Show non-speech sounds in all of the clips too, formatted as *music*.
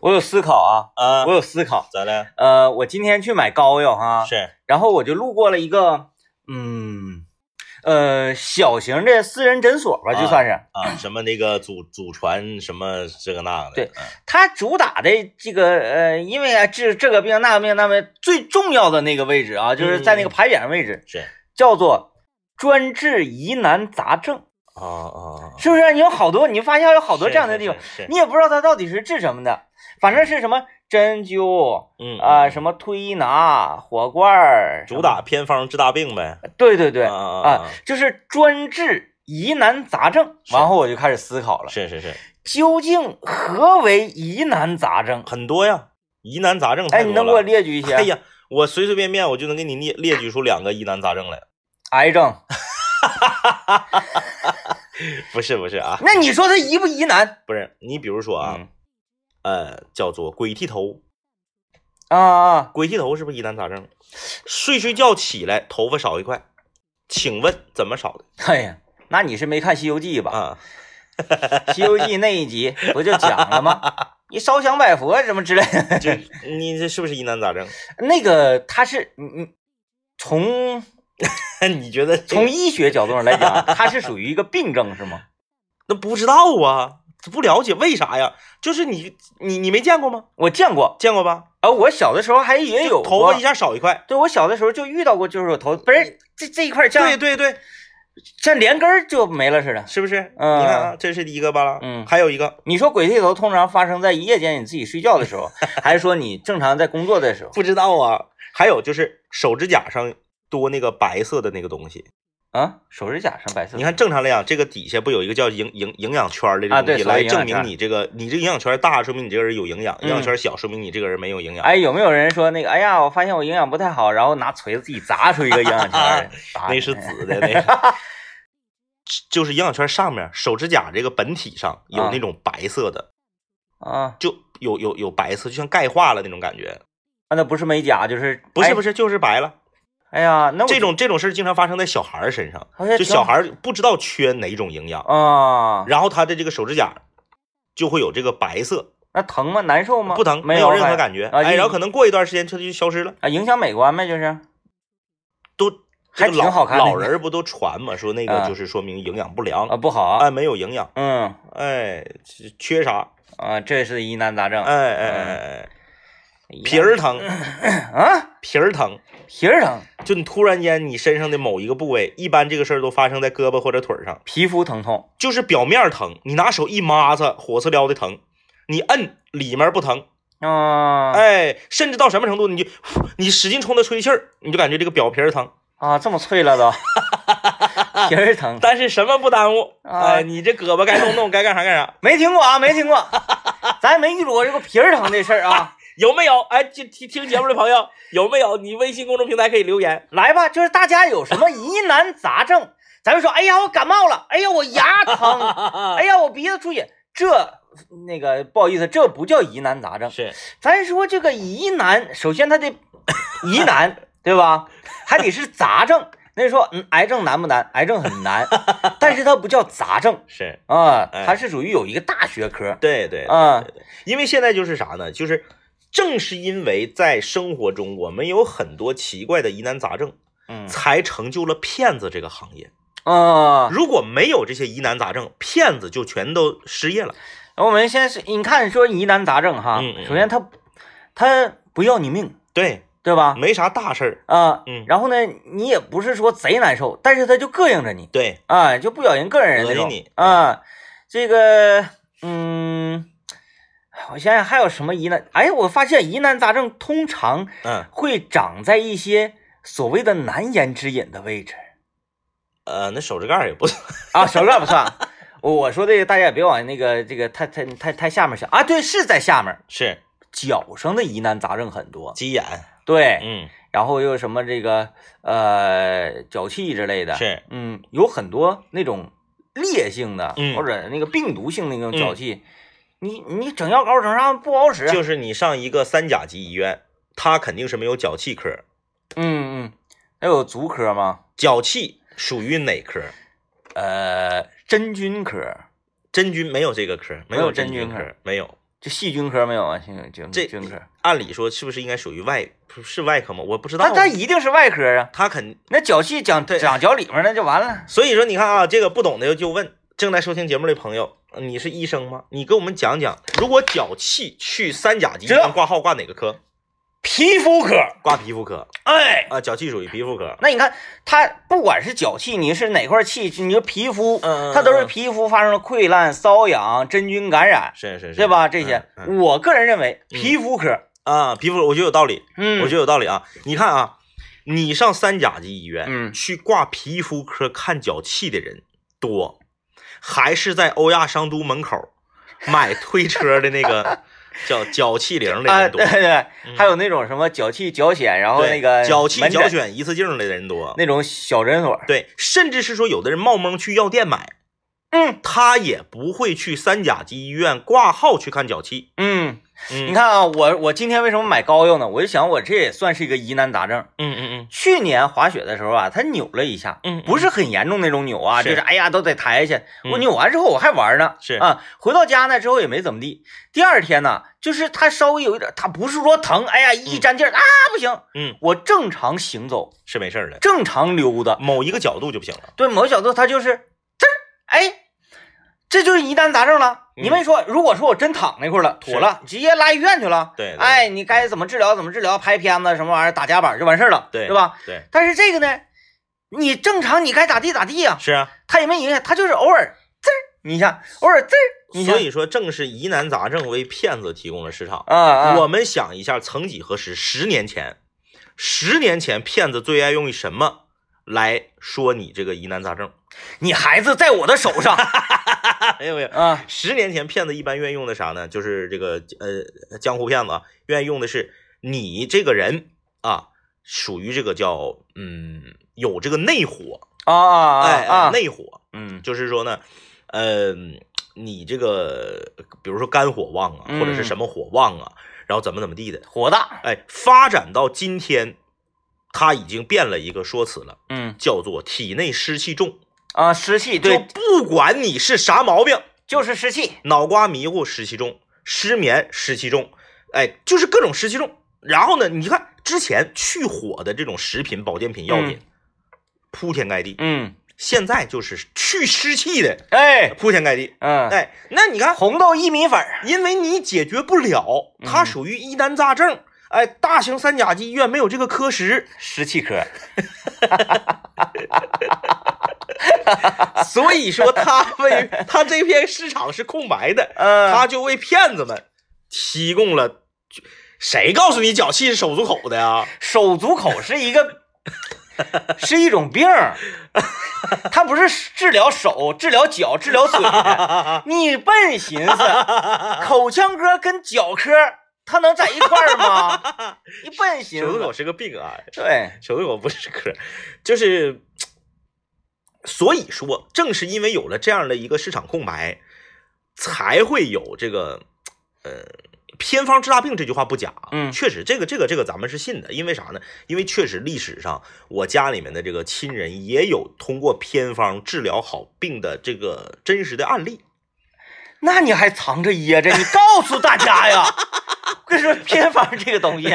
我有思考啊，啊我，有啊思考。咋了？呃，我今天去买膏药哈，是然后我就路过了一个，嗯，呃，小型的私人诊所吧，啊就算是。 *coughs* 啊，什么那个祖祖传什么这个那个的，对嗯它主打的这个呃，因为啊治这个病那个病那个病最重要的那个位置啊，就是在那个嗯牌匾上位置，是叫做专治疑难杂症，啊啊，啊是不是？你有好多，你发现有好多这样的地方，，是是是你也不知道它到底是治什么的，反正是什么针灸嗯啊、嗯什么推拿、火罐儿，主打偏方治大病呗，对对对啊啊啊啊，就是专治疑难杂症。是然后我就开始思考了，啊是是是，究竟何为疑难杂症？很多呀，疑难杂症太哎，多你了能给我列举一些？哎呀，我随随便便我就能给你列列举出两个疑难杂症来，癌 *laughs* 症，不是不是啊，那你说它疑不疑难嗯不是你比如说啊，呃，叫做鬼剃头，啊啊，鬼剃头是不是疑难杂症？睡睡觉起来头发少一块，请问怎么少的哎呀，那你是没看《西游记》吧？啊？ 《西游记》那一集不就讲了 *laughs* 吗？你烧香拜佛什么之类的， *laughs* 这你这是不是疑难杂症？ *laughs* 那个它是你你哎从你觉得这从医学角度上来 *laughs* 讲，它是属于一个病症是吗？那不知道啊，不了解为啥呀？就是你你你没见过吗？我见过，见过吧？啊，我小的时候还也有头过发一，下少一块。对我小的时候就遇到过，就是有头不是这这一块像嗯对对对，像连根儿就没了似的。是不是？嗯你看啊，这是第一个吧啦。嗯还有一个你说鬼剃头通常发生在夜间你自己睡觉的时 *laughs* 候，还是说你正常在工作的时候？不知道啊，还有就是手指甲上多那个白色的那个东西。啊，手指甲上白色。你看，正常来讲，这个底下不有一个叫营营营养圈儿的这啊个对东西所谓来营养证明圈你这个你这个营养圈儿大，说明你这个人有营养；营养嗯圈儿小，说明你这个人没有营养。哎，有没有人说那个？哎呀，我发现我营养不太好，然后拿锤子自己砸出一个营养圈 *laughs* 儿来，那是紫的，那个 *laughs* 就是营养圈上面手指甲这个本体上有啊那种白色的，啊，就有有有白色，就像钙化了那种感觉。啊那不是美甲就是不是不是，是，就是白了。哎呀，哎那我这种这种事儿经常发生在小孩儿身上，好像就挺小孩儿不知道缺哪种营养，啊，然后他的这个手指甲就会有这个白色，那疼吗？难受吗？不疼，没没有任还何感觉。啊，哎，一然后可能过一段时间它就消失了，啊影响美观呗，就是都这还个老挺好看的老人儿不都传嘛，说那个啊就是说明营养不良啊，不好，哎，没有营养，嗯哎，缺啥？啊，这是疑难杂症哎，哎哎嗯哎哎。皮儿疼，啊，皮儿疼，皮儿疼，就你突然间你身上的某一个部位，一般这个事儿都发生在胳膊或者腿儿上，皮肤疼痛，就是表面疼，你拿手一抹擦，火刺撩的疼，你摁里面不疼，啊，哎，甚至到什么程度，你就你使劲冲它吹气儿，你就感觉这个表皮儿疼，啊，这么脆了都， *laughs* 皮儿疼，但是什么不耽误，啊哎，你这胳膊该动动，该干啥干啥，没听过啊，没听过， *laughs* 咱也没遇着过这个皮儿疼这事儿啊。有没有？哎，就听听节目的朋友有没有？你微信公众平台可以留言，来吧，就是大家有什么疑难杂症，咱们说，哎呀，我感冒了，哎呀，我牙疼，哎，哎呀，我鼻子出血，这那个不好意思，这不叫疑难杂症。是咱说这个疑难，首先它得疑难，对吧？还得是杂症。那说，嗯，癌症难不难？癌症很难，但是它不叫杂症是，啊，哎它是属于有一个大学科对对，啊，因为现在就是啥呢？就是正是因为在生活中我们有很多奇怪的疑难杂症，嗯才成就了骗子这个行业。啊。如果没有这些疑难杂症，骗子就全都失业了。我们先是，你看说疑难杂症哈嗯嗯，嗯首先它它不要你命，对，对吧？没啥大事儿。啊，嗯然后呢，你也不是说贼难受，但是他就膈应着你对，啊，就不小心膈应人恶那心种你啊。这个，嗯，我想想还有什么疑难？哎，我发现疑难杂症通常嗯，会长在一些所谓的难言之隐的位置呃，那手指盖儿也不 *laughs* 算。 *laughs* 啊，小乐不算啊。我我说这个大家也别往那个这个太太太太下面想啊，对，是在下面是脚上的疑难杂症很多，鸡眼，对，嗯，然后又什么这个呃脚气之类的，是，嗯，有很多那种烈性的、嗯或者那个病毒性的那种脚气，你你整药膏整上不好使，就是你上一个三甲级医院，他肯定是没有脚气科。嗯嗯，还有足科吗？脚气属于哪科？呃，真菌科，真菌没有这个科，没没有真真菌科科，没有。就细菌科没有啊？细菌这菌科，按理说是不是应该属于外不是外科吗？我不知道那，它一定是外科啊。他肯那脚气讲讲脚里面那就完了。所以说你看啊，这个不懂的就问正在收听节目的朋友，你是医生吗？你给我们讲讲，如果脚气去三甲级医知道院挂号挂哪个科？皮肤科，挂皮肤科哎，啊，脚气属于皮肤科。那你看它不管是脚气，你是哪块气，你说皮肤，嗯嗯它都是嗯皮肤发生了溃烂、瘙痒、真菌感染，是是是，对吧？这些，嗯嗯我个人认为皮肤科，啊，皮肤科我觉得有道理，嗯，我觉得有道理啊。你看啊，你上三甲级医院，嗯去挂皮肤科看脚气的人多，还是在欧亚商都门口买推车的那个 *laughs* 脚脚气铃的啊，人多对。对，还有那种什么脚气、脚癣，然后嗯对那个脚气门诊脚癣一次性的人多，那种小诊所，对，甚至是说有的人冒蒙去药店买，嗯他也不会去三甲级医院挂号去看脚气。嗯，嗯，你，看啊，我我今天为什么买膏药呢？我就想我这也算是一个疑难杂症。嗯嗯去年滑雪的时候啊，他扭了一下，嗯嗯不是很严重那种扭啊，是就是哎呀都得抬下去。嗯我扭完之后我还玩呢，是啊，回到家呢之后也没怎么地。第二天呢，就是他稍微有一点，他不是说疼，哎呀一沾劲儿、啊不行，嗯，我正常行走，是没事儿了，正常溜达，某一个角度就不行了。对，某小度他就是嘚儿，哎，这就是疑难杂症了。嗯你们说，如果说我真躺那块儿了，妥了，直接拉医院去了。对对哎，你该怎么治疗怎么治疗，拍片子什么玩意儿，打夹板就完事儿了，对，是吧？？对，但是这个呢，你正常你该咋地咋地呀、是啊。他也没影响，他就是偶尔滋儿，你一下，偶尔滋儿，你一下所以说，正是疑难杂症为骗子提供了市场。啊啊，我们想一下，曾几何时，十年前，十年前骗子最爱用什么来说你这个疑难杂症？ *laughs* 你孩子在我的手上没有没 *laughs* 有，啊，十年前骗子一般愿意用的啥呢？就是这个呃江湖骗子啊，愿意用的是你这个人啊，属于这个叫嗯有这个内火，啊啊哎、啊，内火，嗯就是说呢，呃，你这个比如说肝火旺啊，或者是嗯什么火旺啊，然后怎么怎么地的，火大，哎，发展到今天，它已经变了一个说辞了，嗯叫做体内湿气重，啊，湿气，就对，不管你是啥毛病。就是湿气，脑瓜迷糊湿气重，失眠湿气重，哎，就是各种湿气重。然后呢，你看之前去火的这种食品、保健品、药品，铺天盖地，嗯，现在就是去湿气的哎，铺天盖地。嗯。哎，那你看，红豆薏米粉儿，因为你解决不了，它属于疑难杂症。哎，大型三甲级医院没有这个科室，湿气 *laughs* 科。 *laughs* 所以说它 *laughs* 为它这片市场是空白的，嗯它就为骗子们提供了。谁告诉你脚气是手足口的呀？手足口是一个， *laughs* 是一种病儿，它不是治疗手、治疗脚、治疗嘴的。你笨寻 *laughs* 思，口腔科跟脚科它能在一块儿吗？你笨寻手足口思，是个病啊，对，手足口不是科，就是，所以说，正是因为有了这样的一个市场空白，才会有这个，呃，偏方治大病这句话不假啊，嗯确实，这个这个这个咱们是信的，因为啥呢？因为确实历史上我家里面的这个亲人也有通过偏方治疗好病的这个真实的案例，那你还藏着掖着？你告诉大家呀！我跟你说，偏方这个东 *laughs* 西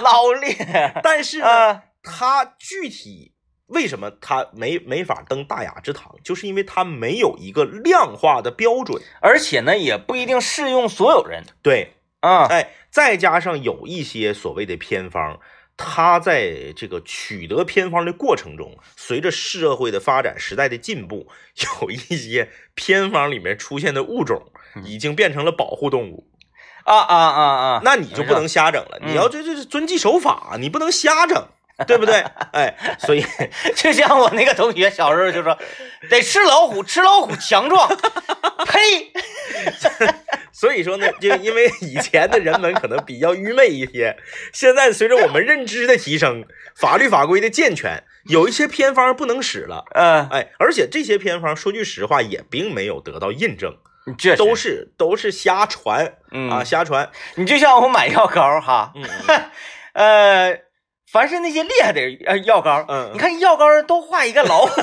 老厉害但是呢，啊！他具体为什么他没没法登大雅之堂，就是因为他没有一个量化的标准。而且呢，也不一定适用所有人对，啊。哎，再加上有一些所谓的偏方，他在这个取得偏方的过程中，随着社会的发展、时代的进步，有一些偏方里面出现的物种已经变成了保护动物，啊啊啊嗯啊！那你就不能瞎整了。嗯你要这这这遵纪守法，你不能瞎整，对不对？ *laughs* 哎，所以就像我那个同学小时候 *laughs* 就说，得吃老虎，吃老虎强壮。 *laughs* 呸！所以说呢，就因为以前的人们可能比较愚昧一些，现在随着我们认知的提升，法律法规的健全，有一些偏方不能使了。 *laughs* 嗯、哎，而且这些偏方，说句实话，也并没有得到印证，这都是都是瞎传嗯啊，瞎传。你就像我买药膏哈， *laughs* 嗯呃，凡是那些厉害的呃药膏，嗯你看药膏都画一个老虎，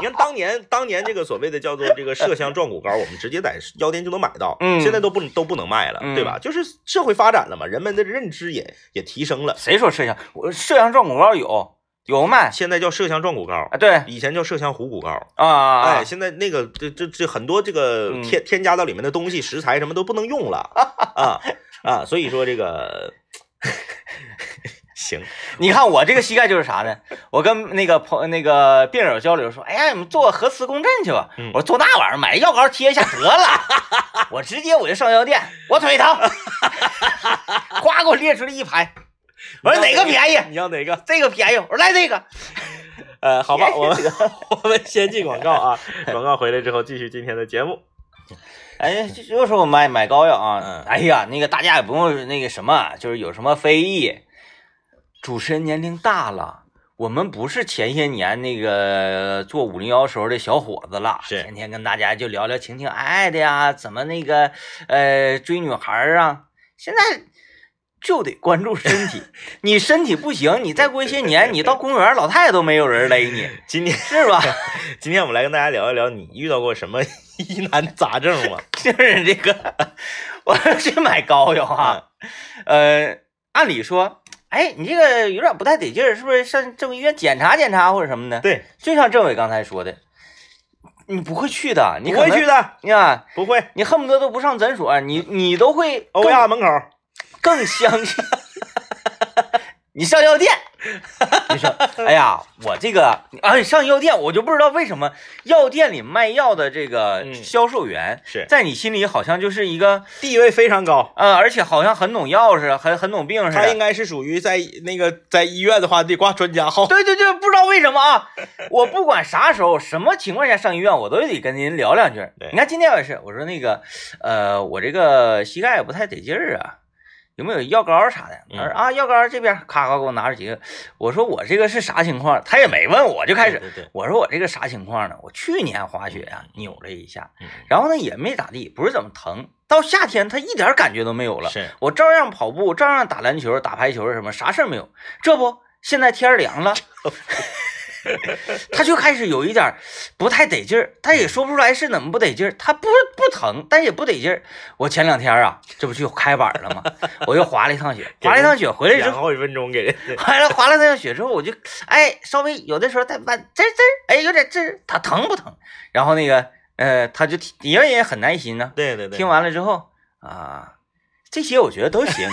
你看当年当年这个所谓的叫做这个麝香壮骨膏，我们直接在药店就能买到，嗯现在都不都不能卖了，对吧？就是社会发展了嘛，人们的认知也也提升了， *laughs* 谁说麝香？我麝香壮骨膏有有卖现在叫麝香壮骨膏，啊？对以前叫麝香虎骨膏。啊，哎，现在那个这这这很多这个嗯添添加到里面的东西食材什么都不能用了 *laughs* 啊啊，所以说这个 *laughs* 行， *laughs* 你看我这个膝盖就是啥呢？我跟那个朋那个病友交流说，哎呀，你们做核磁共振去吧。嗯我说做那玩意儿，买药膏贴一下得了。 *laughs* 我直接我就上药店，我腿疼， *laughs* 夸给我列出来一排。我说哪个便宜？你要哪个？这个便宜。我说来这个。呃，好吧，我们便宜 *laughs* 我们先进广告 *laughs* 啊，广告回来之后继续今天的节目。哎，就又说我买买膏药啊嗯。哎呀，那个大家也不用那个什么，就是有什么非议。主持人年龄大了。我们不是前些年那个做五零幺时候的小伙子了，是天天跟大家就聊聊情情爱爱的呀，怎么那个呃追女孩儿啊，现在就得关注身 *laughs* 体，你身体不行，你再过一些年，你到公园老太太都没有人勒你，今天是吧？今天我们来跟大家聊一聊，你遇到过什么疑难杂症吗？ *laughs* 就是这个，我要去买膏药啊，嗯呃，按理说，哎，你这个有点不太得劲儿，是不是上政务医院检查检查或者什么的？ *laughs* 对，就像政委刚才说的，你不会去的，你不会去的，的，你看，不会。你恨不得都不上诊所，啊你你都会欧更亚门口，更相 *laughs* 信。你上药店，你说，哎呀，我这个，哎，上药店，我就不知道为什么药店里卖药的这个嗯销售员，是在你心里好像就是一个，地位非常高。呃，而且好像很懂药似的，很很懂病似他应的。该是啊属于在那个在医院的话得挂专家号。对对对，不知道为什么啊，我不管啥时候、什么情况下上医院，我都得跟您聊两句对。你看今天我也是，我说那个，呃，我这个膝盖不太得劲儿啊，有没有药膏啥的？他说嗯啊，药膏这边，咔咔给我拿着几个。我说我这个是啥情况？他也没问我，就开始对对对我说我这个啥情况呢？我去年滑雪啊扭了一下，嗯然后呢也没咋地，不是怎么疼。到夏天他一点感觉都没有了，是我照样跑步，照样打篮球、打排球什么，啥事儿没有。这不，现在天儿凉了，他就开始有一点儿不太得劲儿，他也说不出来是怎么不得劲儿，他不不疼，但也不得劲儿。我前两天啊，这不去开板了吗？我又滑了一趟雪，滑了一趟雪回来之讲后，好几分钟给人。完了滑了那趟雪之后，我就哎稍微有的时候再慢滋滋，哎有点滋，它疼不疼？然后那个呃，他就听因为也很耐心呢、 *laughs* 对对对，听完了之后啊，这些我觉得都 *laughs* 行，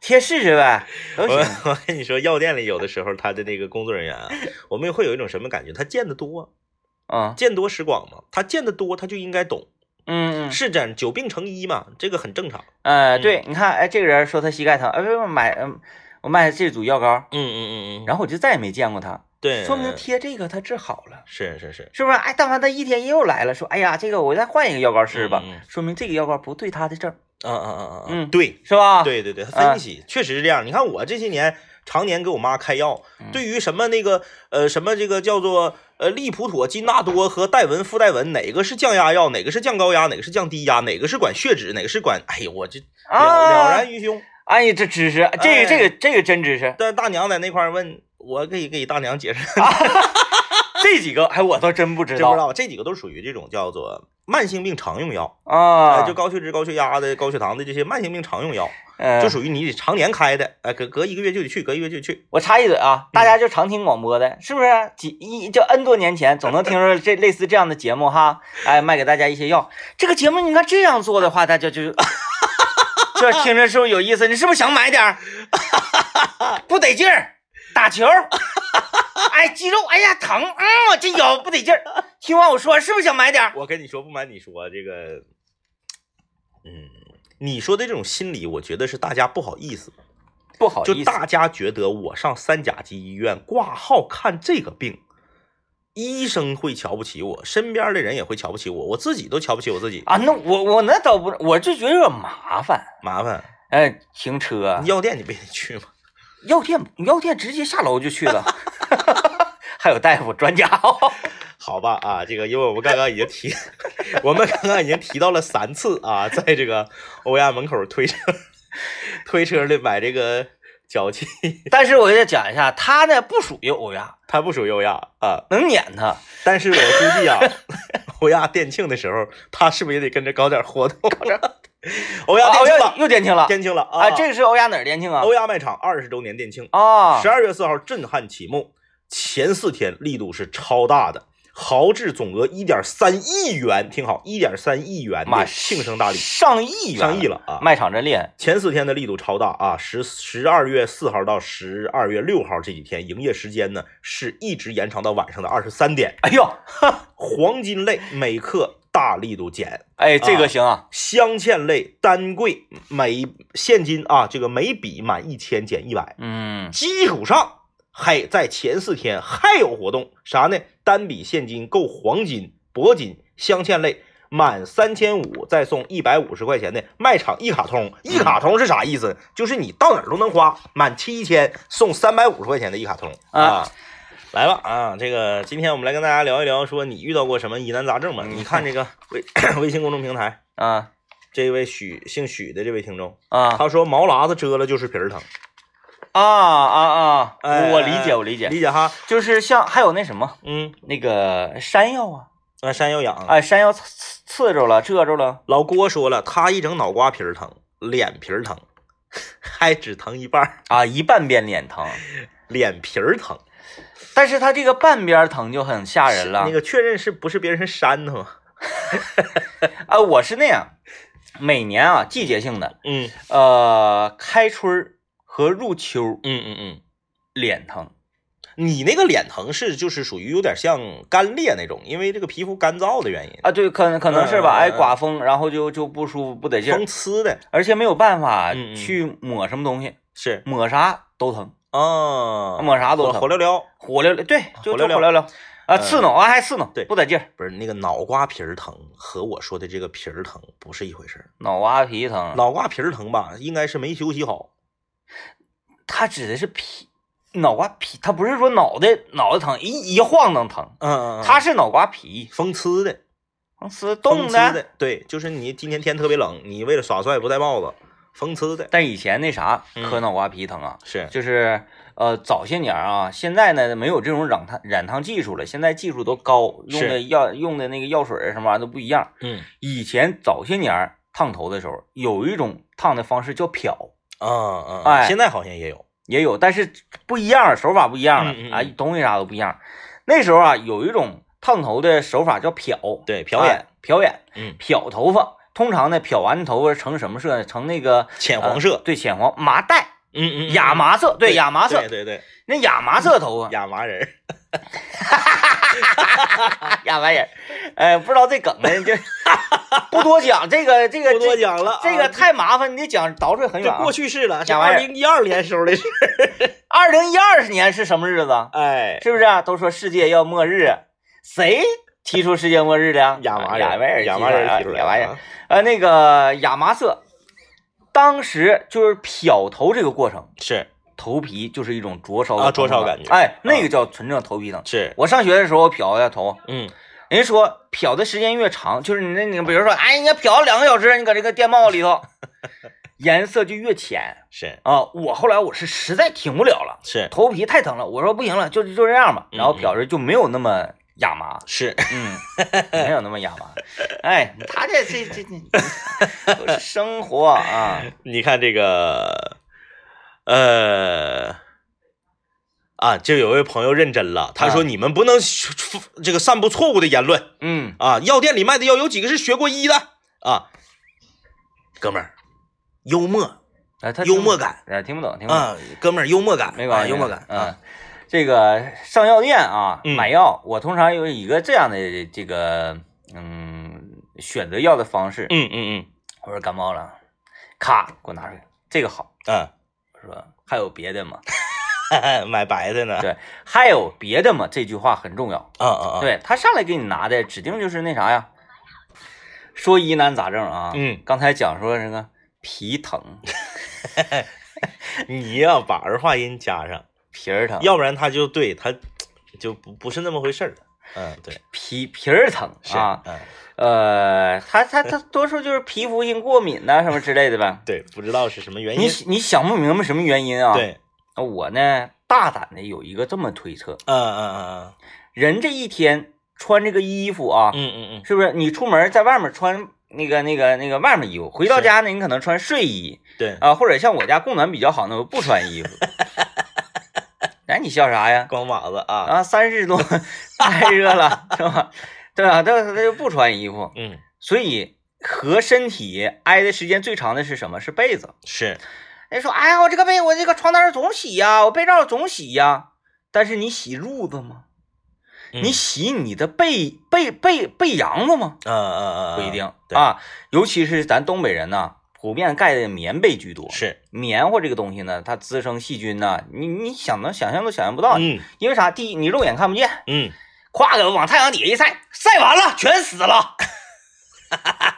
贴试试呗，都行我。 *laughs* 我跟你说，药店里有的时候他的那个工作人员啊，我们会有一种什么感觉？他见得多，嗯见多识广嘛，他见得多，他就应该懂，嗯嗯，是这样，久病成医嘛，这个很正常。呃，对，你看，哎，这个人说他膝盖疼，哎，不是买，嗯，我买这组药膏，嗯嗯嗯然后我就再也没见过他，对，说明贴这个他治好了。是是是，是不是？哎，但凡他一天又来了，说，哎呀，这个我再换一个药膏试试吧，嗯嗯嗯说明这个药膏不对他的症，嗯嗯嗯嗯嗯对是吧？，对对对，他啊分析确实是这样。你看我这些年常年给我妈开药，对于什么那个呃什么这个叫做呃利普妥、金纳多和戴文、复戴文，哪个是降压药，哪个是降高压，哪个是降低压，哪个是管血脂，哪个是管……哎呦，我这了了啊，然哎于胸。哎呀，这知识，这个这个这个真知识，但大娘在那块儿问，我给给大娘解释， *laughs* 这几个哎，我倒真不知知啊不知道道？这几个都属于这种叫做慢性病常用药，啊，哎就高血脂、高血压的、高血糖的这些慢性病常用药，呃就属于你得常年开的，哎，隔隔一个月就得去，隔一个月就得去。我插一嘴啊，大嗯家就常听广播的，是不是啊？几一就 N 多年前，总能听说这类似这样的节目哈。哎，卖给大家一些药。这个节目你看这样做的话，大家 *laughs* 就就听着是不是有意思？你是不是想买点儿？不得劲儿，打球，哎，肌肉，哎呀疼，嗯，我这腰不得劲儿。听完我说，是不是想买点儿？我跟你说，不瞒你说，这个，嗯，你说的这种心理，我觉得是大家不好意思，不好就大家觉得我上三甲级医院挂号看这个病。医生会瞧不起我，身边的人也会瞧不起我，我自己都瞧不起我自己，啊，那我我那倒不，我就觉得有点麻烦。麻烦。哎，停车，药店你不也得去吗？药店，药店直接下楼就去了， *laughs* 还有大夫专家，哦好吧啊，这个因为我们刚刚已经提， *laughs* 我们刚刚已经提到了三 *laughs* 次啊，在这个欧亚门口推车推车的买这个脚气，但是我给大家讲一下，他呢不属于欧亚，它不属于欧亚啊。能撵他，但是我估计啊， *laughs* 欧亚店庆的时候，他是不是也得跟着搞点活动？欧亚啊店欧庆亚了，又店庆了，店庆了啊！啊，这个是欧亚哪儿店庆啊？欧亚卖场二十周年店庆，啊十，二月四号震撼启幕，前四天力度是超大的，豪掷总额一点三亿元，听好，一点三亿元妈的庆生大礼，上亿元，嗯上亿，了啊！卖场真厉害，前四天的力度超大啊！十十二月四号到十二月六号这几天，营业时间呢是一直延长到晚上的二十三点。哎呦，黄金类每克大力度减，哎，这个行啊，镶嵌类单柜每现金啊，这个每笔满一千减一百。嗯，基础上还在前四天还有活动，啥呢？单笔现金购黄金、铂金、镶嵌类。满三千五再送一百五十块钱的卖场一卡通，一卡通是啥意思？就是你到哪儿都能花，满七千送三百五十块钱的一卡通啊啊！来吧啊，这个今天我们来跟大家聊一聊，说你遇到过什么疑难杂症吧？嗯你看这个微 *clears throat* 微信公众平台，啊这位许姓许的这位听众，啊他说毛喇子遮了就是皮儿疼，啊啊啊，哎我理哎解，我理解，理解哈？就是像还有那什么嗯，那个山药啊，那山药痒。哎，山药刺刺刺着了，蛰着了，老郭说了，他一整脑瓜皮儿疼，脸皮儿疼，还只疼一半儿，啊，一半边脸疼，脸皮儿疼。但是他这个半边疼就很吓人了那，个确认是不是别人扇他吗？啊，我是那样，每年啊季节性的，嗯呃，开春儿和入秋儿嗯嗯嗯，脸疼，你那个脸疼是就是属于有点像干裂那种，因为这个皮肤干燥的原因，啊，对，可能可能是嗯吧，嗯哎，嗯刮风，然后就就不舒服，不得劲儿风，呲的。而且没有办法嗯嗯去抹什么东西，是抹啥都疼，啊，抹啥都火疼火，燎燎。火燎燎，对，就火就燎燎嗯火燎燎，啊，刺挠啊，还刺挠，对不得劲儿，不是那个脑瓜皮儿疼和我说的这个皮儿疼不是一回事儿，脑瓜皮疼，脑瓜皮儿疼吧，应该是没休息好，他指的是皮，脑瓜皮，他不是说脑袋脑袋疼，一一晃能疼，嗯嗯他是脑瓜皮，风呲的，能是风冻呲的。的，对，就是你今天天特别冷，你为了耍帅不戴帽子，风呲的，但以前那啥嗯磕脑瓜皮疼啊，是就是呃早些年啊，现在呢没有这种染烫染烫技术了，现在技术都高，用的药用的那个药水儿什么玩意儿都不一样。嗯以前早些年儿烫头的时候，有一种烫的方式叫漂，啊啊，哎现在好像也有，也有，但是不一样，手法不一样了嗯嗯嗯啊，东西啥都不一样。那时候啊，有一种烫头的手法叫漂，对，瞟眼，哎，漂眼，嗯，漂头发。通常呢，漂完头发成什么色呢？成那个浅黄色呃，对，浅黄麻带。啊嗯嗯，亚麻色，对亚麻色对，对对，那亚麻色头啊 *laughs* 发，亚麻人儿，亚麻人，哎，不知道这梗呢，就 *laughs* 不多讲这个这个不多讲了啊，这这个太麻烦，你得讲倒饬很这远、啊过。去式了，是亚麻二人零一二年时候的事，二零一二年是什么日子？ *laughs* 哎，？是不是、啊？都说世界要末日，谁提出世界末日的呀亚麻啊人亚麻儿，人，亚麻人儿提出啊来的，亚麻人啊。，呃，那个亚麻色，当时就是漂头这个过程，是头皮就是一种灼烧的啊灼疼烧痛感觉哎，那个叫纯正头皮疼。是，我上学的时候漂一下头，嗯，人家说漂的时间越长，就是你那你比如说，哎，你要漂两个小时，你搁这个电帽里头，颜色就越浅是啊。我后来我是实在挺不了了，是头皮太疼了，我说不行了，就就这样吧。嗯然后漂着就没有那么亚麻，是，嗯，没有那么亚麻。哎，他这这这这都是生活啊，你看这个，呃，啊，就有位朋友认真了，他说啊你们不能说这个散布错误的言论嗯，啊！药店里卖的药有几个是学过医的啊？哥们儿，幽默哎，他幽听默感，哎，听不懂，听不懂，啊，哥们儿幽默感，没关啊系，幽默感嗯啊，。这个上药店啊，嗯买药，我通常有一个这样的这个嗯选择药的方式。嗯嗯我说感冒了，咔给我拿出来，这个好。嗯我说还有别的吗？嗯， *laughs* 买白的呢，对，还有别的吗？这句话很重要。啊啊啊，，对他上来给你拿的，指定就是那啥呀。说疑难杂症啊，嗯，刚才讲说这个皮 *laughs* 疼、你呀、把儿化音加上，皮儿疼、要不然他就对他就不不是那么回事儿了。嗯，对，皮皮儿疼是啊，嗯，呃，他他他多数就是皮肤性过敏呐、什么之类的呗。对，不知道是什么原因你。你想不明白什么原因啊？对，那我呢，大胆的有一个这么推测：嗯嗯人这一天穿这个衣服啊，嗯嗯嗯是不是？你出门在外面穿那个、那个、那个外面衣服，回到是家呢，你可能穿睡衣嗯，对，啊，或者像我家供暖比较好呢，我不穿 *laughs* 衣服。哎，你笑啥呀？光膀子啊，啊，三十多 *laughs* 太热了，是吧？对吧？他他就不穿衣服，嗯所以和身体挨的时间最长的是什么？是被子。是，人说，哎呀，我这个被，我这个床单总洗呀、我被罩总洗呀、但是你洗褥子吗？嗯你洗你的被被被被羊子吗？嗯嗯嗯，不一定对啊，尤其是咱东北人呐、普遍盖的棉被居多。是，棉花这个东西呢，它滋生细菌呐、你你想能想象都想象不到。嗯因为啥？第一，你肉眼看不见，嗯，夸给往太阳底下一晒，晒完了全死 *laughs* 了。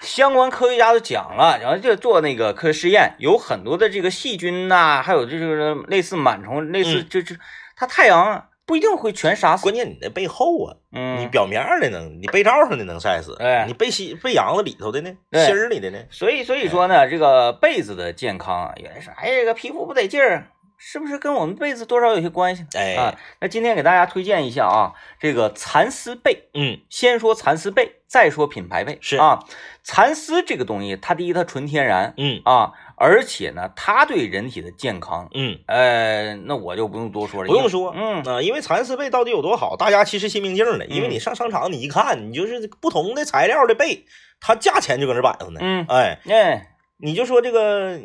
相关科学家都讲了，然后就做那个科学实验，有很多的这个细菌呐、还有这就是类似螨虫，类似嗯就就它太阳啊不一定会全杀死。关键你那背后啊，你嗯，表面儿的能，你被罩上的能晒死，哎啊你被西被羊子里头的呢，对芯儿里的呢，所以所以说哎呢，这个被子的健康啊，有人说，哎，这个皮肤不得劲儿，是不是跟我们被子多少有些关系呢？啊哎，，那今天给大家推荐一下啊，这个蚕丝被。嗯先说蚕丝被，再说品牌被。是啊，蚕丝这个东西，它第一它纯天然嗯啊，而且呢，它对人体的健康，嗯，呃，那我就不用多说了，不用因为说嗯，啊，因为蚕丝被到底有多好，大家其实心明镜儿的，因为嗯你上商场你一看，你就是不同的材料的被，它价钱就搁那摆着呢，嗯哎，哎，你就说这个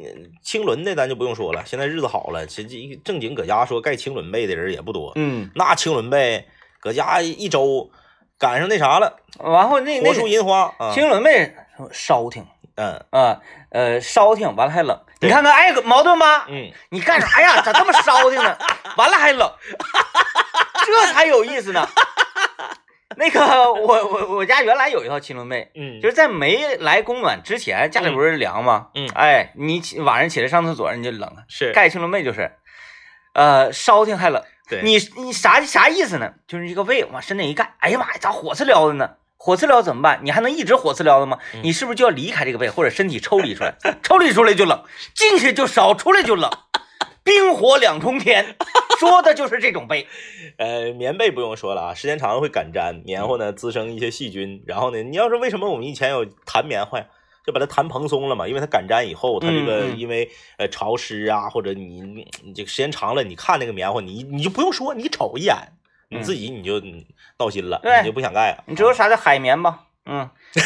青纶的，咱就不用说了，现在日子好了，其实正经搁家说盖青纶被的人也不多，嗯，那青纶被搁家一周赶上那啥了，然后那那活出银花啊，青纶被烧挺嗯啊，呃，烧挺完了还冷，你对看看，哎，矛盾吧？嗯，你干啥 *laughs* 呀？咋这么烧挺呢？完了还冷，这才有意思呢。那个，我我我家原来有一套青纶被，嗯，就是在没来供暖之前，家里不是凉吗？嗯嗯哎，你起晚上起来上厕所你就冷啊，是盖青纶被就是，呃，烧挺还冷。对你你啥啥意思呢？就是一个被往身上一盖，哎呀妈呀，咋火刺撩的呢？火刺撩怎么办？你还能一直火刺撩的吗？嗯你是不是就要离开这个被，或者身体抽离出来？ *laughs* 抽离出来就冷，进去就烧，出来就冷，冰火两重天，说的就是这种被。呃，棉被不用说了啊，时间长了会感粘，棉嗯花呢滋生一些细菌。然后呢，你要是为什么我们以前有弹棉花呀，就把它弹蓬松了嘛，因为它感粘以后，它这个嗯嗯因为呃潮湿啊，或者你你这个时间长了，你看那个棉花，你你就不用说，你瞅一眼，你嗯自己你就闹心了，对嗯你就不想盖了。你知道啥叫海绵吧？嗯， *laughs*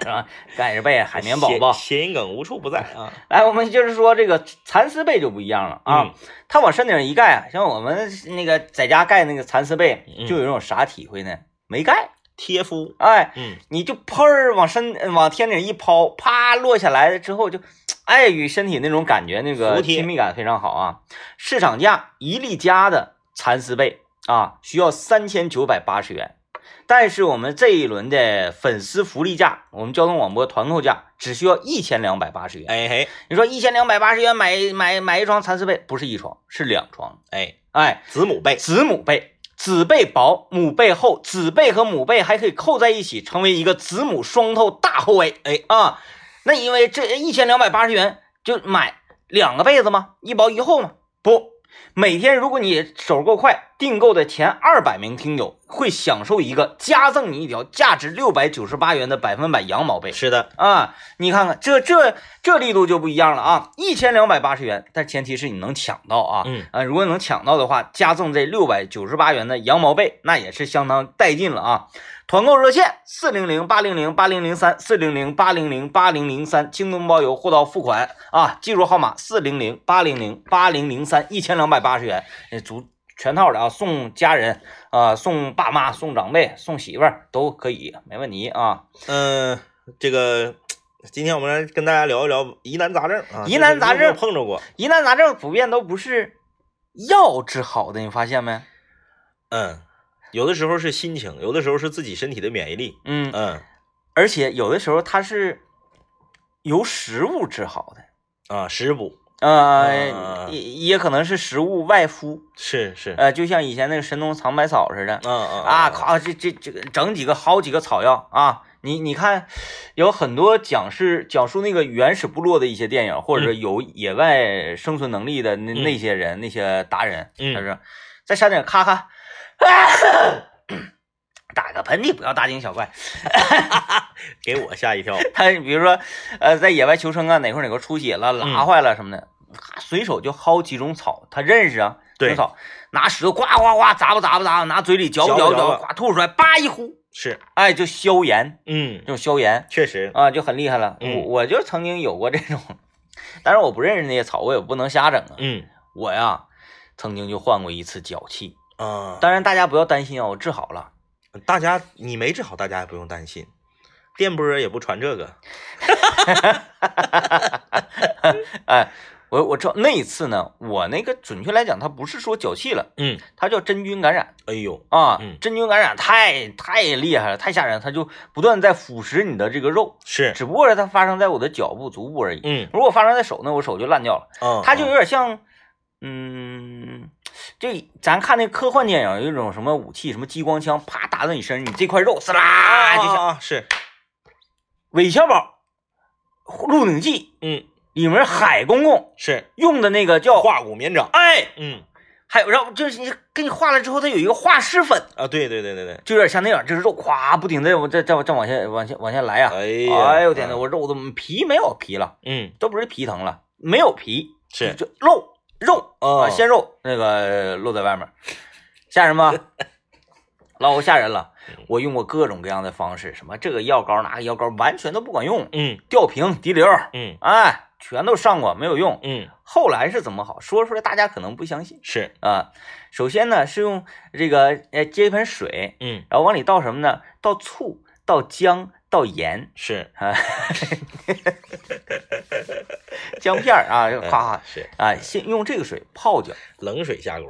是吧？盖着被，海绵宝嗯宝。谐谐音梗无处不在啊。哎来，我们就是说这个蚕丝被就不一样了啊，嗯它往身顶上一盖啊，像我们那个在家盖那个蚕丝被，嗯就有一种啥体会呢？没盖，贴肤，哎，嗯，你就砰儿往身呃往天顶一抛，啪落下来之后就，哎，与身体那种感觉那服个帖亲密感非常好啊。市场价一粒加的蚕丝被啊，需要三千九百八十元。但是我们这一轮的粉丝福利价，我们交通广播团购价只需要一千两百八十元。哎嘿，你说一千两百八十元买买买一床蚕丝被，不是一床，是两床。哎，哎，子母被，子母被，子被薄，母被厚，子被和母被还可以扣在一起，成为一个子母双透大后卫。哎啊，那因为这一千两百八十元就买两个被子吗？一薄一厚吗？不，每天如果你手够快，订购的前二百名听友会享受一个加赠你一条价值六百九十八元的百分百羊毛被。是的，啊，你看看这这这力度就不一样了啊，一千两百八十元，但前提是你能抢到啊。嗯啊，如果能抢到的话，加赠这六百九十八元的羊毛被，那也是相当带劲了啊！团购热线四零零八零零八零零三四零零八零零八零零三，京东包邮，货到付款啊！记住号码四零零八零零八零零三，一千两百八十元，哎足全套的啊，送家人啊、送爸妈，送长辈，送媳妇儿都可以，没问题啊！嗯，这个今天我们来跟大家聊一聊疑难杂症啊。疑难杂症就是你有没有碰着过？疑难杂症普遍都不是药治好的，你发现没？嗯，有的时候是心情，有的时候是自己身体的免疫力。嗯，嗯而且有的时候它是由食物治好的。啊，食补呃啊，也也可能是食物外敷，是是，呃，就像以前那个神农尝百草似的嗯啊啊啊，咔，这这这个整几个好几个草药啊，你你看，有很多讲是讲述那个原始部落的一些电影，或者是有野外生存能力的那、嗯那些人、那些达人，嗯他说在山顶咔咔，啊、打个喷嚏，不要大惊小怪。给我吓一 *laughs* 跳。他比如说，呃，在野外求生啊，哪块哪块出血了、拉坏了什么的，咔随手就薅几种草，他认识啊，对种草，拿石头呱呱呱砸吧砸吧砸吧，拿嘴里嚼吧嚼吧嚼吧嚼嚼吧，呱吐出来，叭一呼，是，哎，就消炎，嗯这，种消炎确实，啊，就很厉害了。嗯我我就曾经有过这种，但是我不认识那些草，我也不能瞎整啊。嗯我呀，曾经就患过一次脚气，啊，当然大家不要担心啊，我治好了。大家你没治好，大家也不用担心，电波也不传这个。哎，我我知道那一次呢，我那个准确来讲，它不是说脚气了，嗯，它叫真菌感染。哎呦，啊嗯，真菌感染太太厉害了，太吓人了，它就不断在腐蚀你的这个肉，是，只不过是它发生在我的脚部、足部而已。嗯如果发生在手呢，我手就烂掉了。啊，它就有嗯点像，嗯，这咱看那科幻电影有一种什么武器，什么激光枪，啪打到你身上，你这块肉撕啦啊，就像啊是，韦小宝《鹿鼎记嗯》里面海公公是，用的那个叫，化骨绵掌，哎，嗯还有然后就是你给你化了之后，它有一个化尸粉。啊，对对对对对，就有点像那样，就是肉咵不停的往这这这往下往下往下来呀、哎呀，哎呦天呐，嗯我肉都皮没有皮了，嗯都不是皮疼了，没有皮，是，就肉肉哦啊，鲜肉那个露在外面，吓人吗？老吓人了！我用过各种各样的方式，什么这个药膏那个药膏，完全都不管用，嗯吊瓶、滴流，嗯哎，全都上过，没有用。嗯后来是怎么好？说出来大家可能不相信是，啊。首先呢，是用这个呃接一盆水，嗯然后往里倒什么呢？倒醋、倒姜、倒盐是啊，姜片儿啊，夸夸是，啊，先用这个水泡脚。冷水下锅，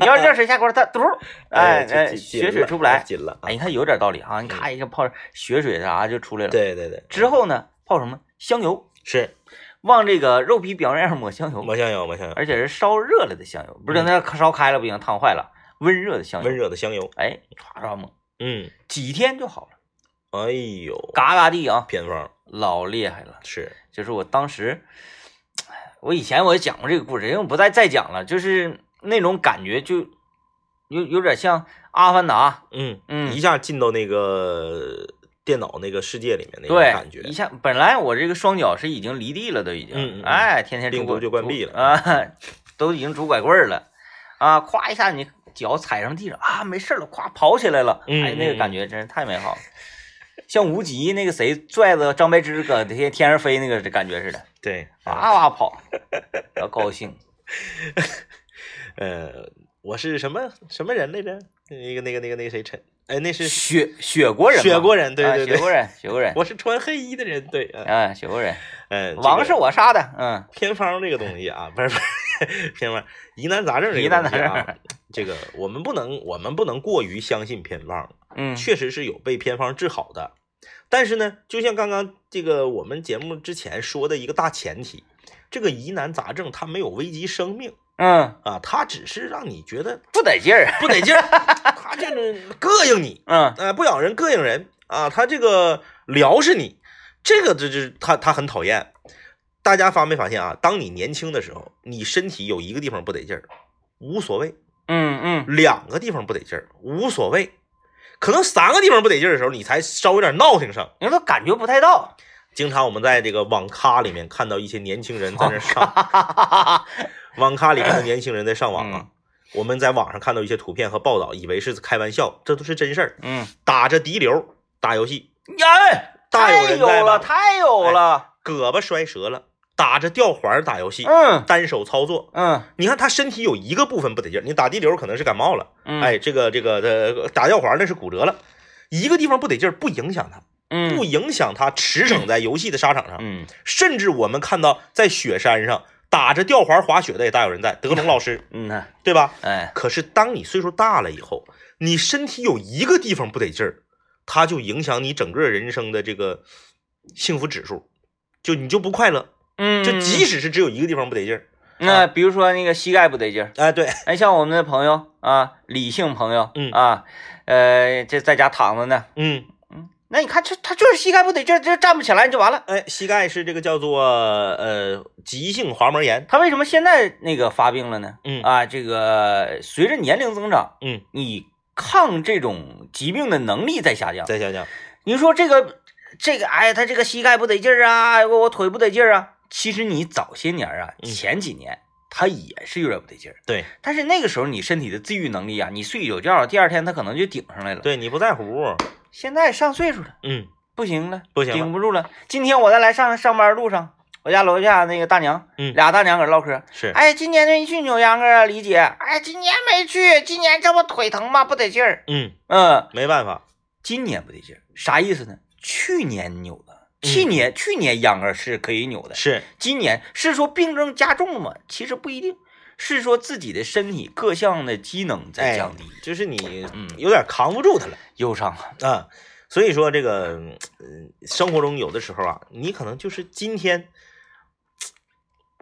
你要是热水下锅，它嘟儿，哎这哎，紧血紧水了出不来。紧了，哎，你看有点道理啊，你咔一个泡血水啥就出来了。对对对，之后呢，泡什么香油，是往这个肉皮表面上抹香油，抹香油，抹香油，而且是烧热了的香油，不是那烧开了不行，烫坏了，温热的香温油。热的香油，哎，唰唰抹，嗯，几天就好了，哎呦，嘎嘎地啊，偏方老厉害了。是，就是我当时，我以前我也讲过这个故事，因为我不再再讲了，就是那种感觉就有有点像《阿凡达》，嗯，一嗯，下进到那个电脑那个世界里面那种对，感觉，一下本来我这个双脚是已经离地了，都已经，嗯嗯嗯哎，天天拄病毒拐就关闭了拄啊，都已经拄拐棍儿了，啊，咵一下你脚踩上地上啊，没事儿了，咵跑起来了，嗯哎，那嗯个感觉真是太美好了。像无极那个谁拽着张柏芝搁天天上飞那个感觉似的，对，哇哇跑，然后高兴。呃，我是什么什么人来着？那个那个那个那个谁陈，哎，那是雪雪国人嘛，雪国人，对啊对对雪，国人，雪国人，我是穿黑衣的人，对，嗯嗯，雪国人，嗯，这王个是我杀的，嗯，偏方这个东西啊，不是不是偏方，疑难杂症这疑个难东西杂啊， *laughs* 这个我们不能我们不能过于相信偏方，嗯，确实是有被偏方治好的，但是呢，就像刚刚这个我们节目之前说的一个大前提，这个疑难杂症它没有危及生命嗯，啊，它只是让你觉得不得劲儿，啊不得劲儿，它这种膈应你，嗯，呃，不咬人膈应人啊，他这个撩是你，这个这这他他很讨厌。大家发没发现啊？当你年轻的时候，你身体有一个地方不得劲儿，无所谓；嗯嗯，两个地方不得劲儿，无所谓；可能三个地方不得劲儿的时候，你才稍微有点闹腾上。你都感觉不太到，经常我们在这个网咖里面看到一些年轻人在那 *laughs* 上哈哈哈哈哈，网咖里面的年轻人在上网啊嗯。我们在网上看到一些图片和报道，以为是开玩笑，这都是真事儿。嗯，打着滴流打游戏，哎，大有太人有在吧了，太有了，胳膊摔折了，打着吊环儿打游戏，嗯单手操作。嗯你看他身体有一个部分不得劲儿，你打地流可能是感冒了，嗯，，哎，这个这个呃打吊环儿那是骨折了，一个地方不得劲儿不影响他，嗯不影响他驰骋在游戏的沙场上。嗯，甚至我们看到在雪山上打着吊环儿滑雪的也大有人在，德龙 *laughs* 老师嗯呐，对吧？哎，可是当你岁数大了以后，你身体有一个地方不得劲儿，它就影响你整个人生的这个幸福指数，就你就不快乐。嗯，就即使是只有一个地方不得劲儿，那比如说那个膝盖不得劲儿，哎，对，哎，像我们的朋友啊，理性朋友，嗯啊，呃，这在家躺着呢，嗯，那你看这他就是膝盖不得劲儿，这站不起来你就完了。哎，膝盖是这个叫做呃急性滑膜炎，他为什么现在那个发病了呢？嗯啊，这个随着年龄增长，嗯，你抗这种疾病的能力在下降。再想想，你说这个这个，哎，他这个膝盖不得劲儿啊，哎我我腿不得劲儿啊。其实你早些年啊，嗯前几年他也是有点不得劲儿，对但是那个时候你身体的自愈能力啊，你睡一宿觉，第二天他可能就顶上来了。，对，你不在乎，现在上岁数了，嗯，不行了，不行了顶不住了。今天我在来上上班路上，我家楼下那个大娘，嗯俩大娘搁这唠嗑，是，哎，今年没去扭秧歌啊，李姐，哎，今年没去，今年这不腿疼吗？不得劲儿，嗯，嗯，没办法，今年不得劲儿，啥意思呢？去年扭的，嗯去年、去年秧歌是可以扭的，是，今年是说病症加重了吗？其实不一定，是说自己的身体各项的机能在哎降低，就是你嗯有点扛不住它了忧伤啊，啊。所以说这个，嗯嗯，生活中有的时候啊，你可能就是今天，